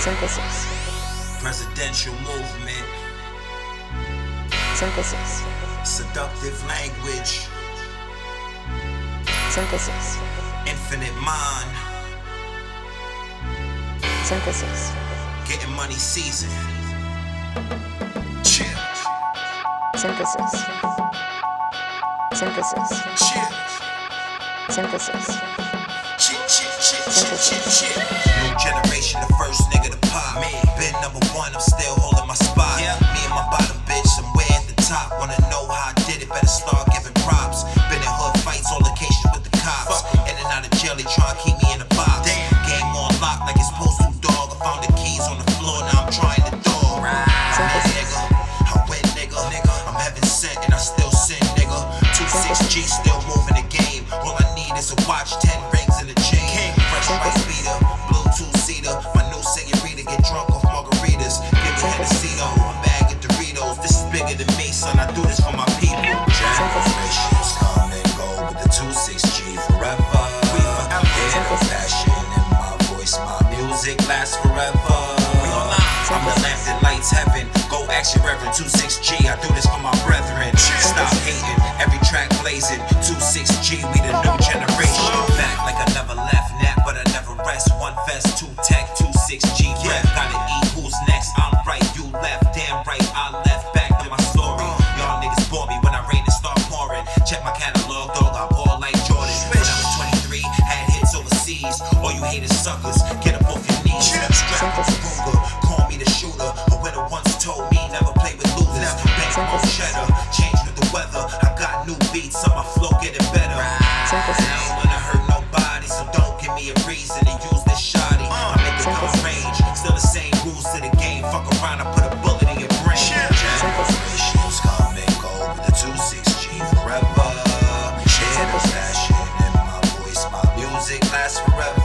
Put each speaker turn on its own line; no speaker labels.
Synthesis.
Presidential movement,
Synthesis.
seductive language,
Synthesis.
infinite mind,
Synthesis.
getting money season. Chill,
Synthesis. Synthesis.
chill,
Synthesis.
chill, chill, chill, chill, chill, chill. New generation, the first nigga to pop. Me, been number one, I'm still holding my spot. Me and my bottom bitch, I'm way at the top. Wanna know how I did it? Better start giving props. Been in hood fights, all occasions with the cops. In and out of jail, they try to keep me in a box. Game on lock like it's supposed to, dog. I found the keys on the floor, now I'm trying the door.
Synthesis.
Nigga, I win, nigga. Nigga, I'm heaven sent and I still sin, nigga. 2 G still moving the game. All I need is a watch, 10 rings and a chain. Fresh white beater, Bluetooth seater. My new senorita get drunk off margaritas. Give me Hennessy though, a bag of Doritos. This is bigger than me, son. I do this for my people. Generations come and go, but the 2-6G forever. We forever. Hear the passion in my voice, my music lasts forever. I'm the lamp that lights heaven. Go action, Reverend 26G. I do this for my brethren. Stop hating, every track blazing. 26G, we the new generation. Back like I never left, nap, but I never rest. One vest, two tech, 26G. Rep. Gotta eat who's next. I'm right, you left, damn right. I left back to my story. Y'all niggas bore me when I rain and start pouring. Check my catalog, dog. I'm all like Jordan. When I was 23, had hits overseas. All you haters suckers, get up off your knees. Strap on the Ruger, call me the shooter. A winner once told me never play with losers. Bank on cheddar, change with the weather. I got new beats, so my flow getting better. I don't wanna hurt nobody, so don't give me a reason to use this shoddy. I make it come range, still the same rules to the game. Fuck around, I put a bullet in your brain. Generations come and go, but the 26G forever. Shit of fashion in my voice, my music lasts forever.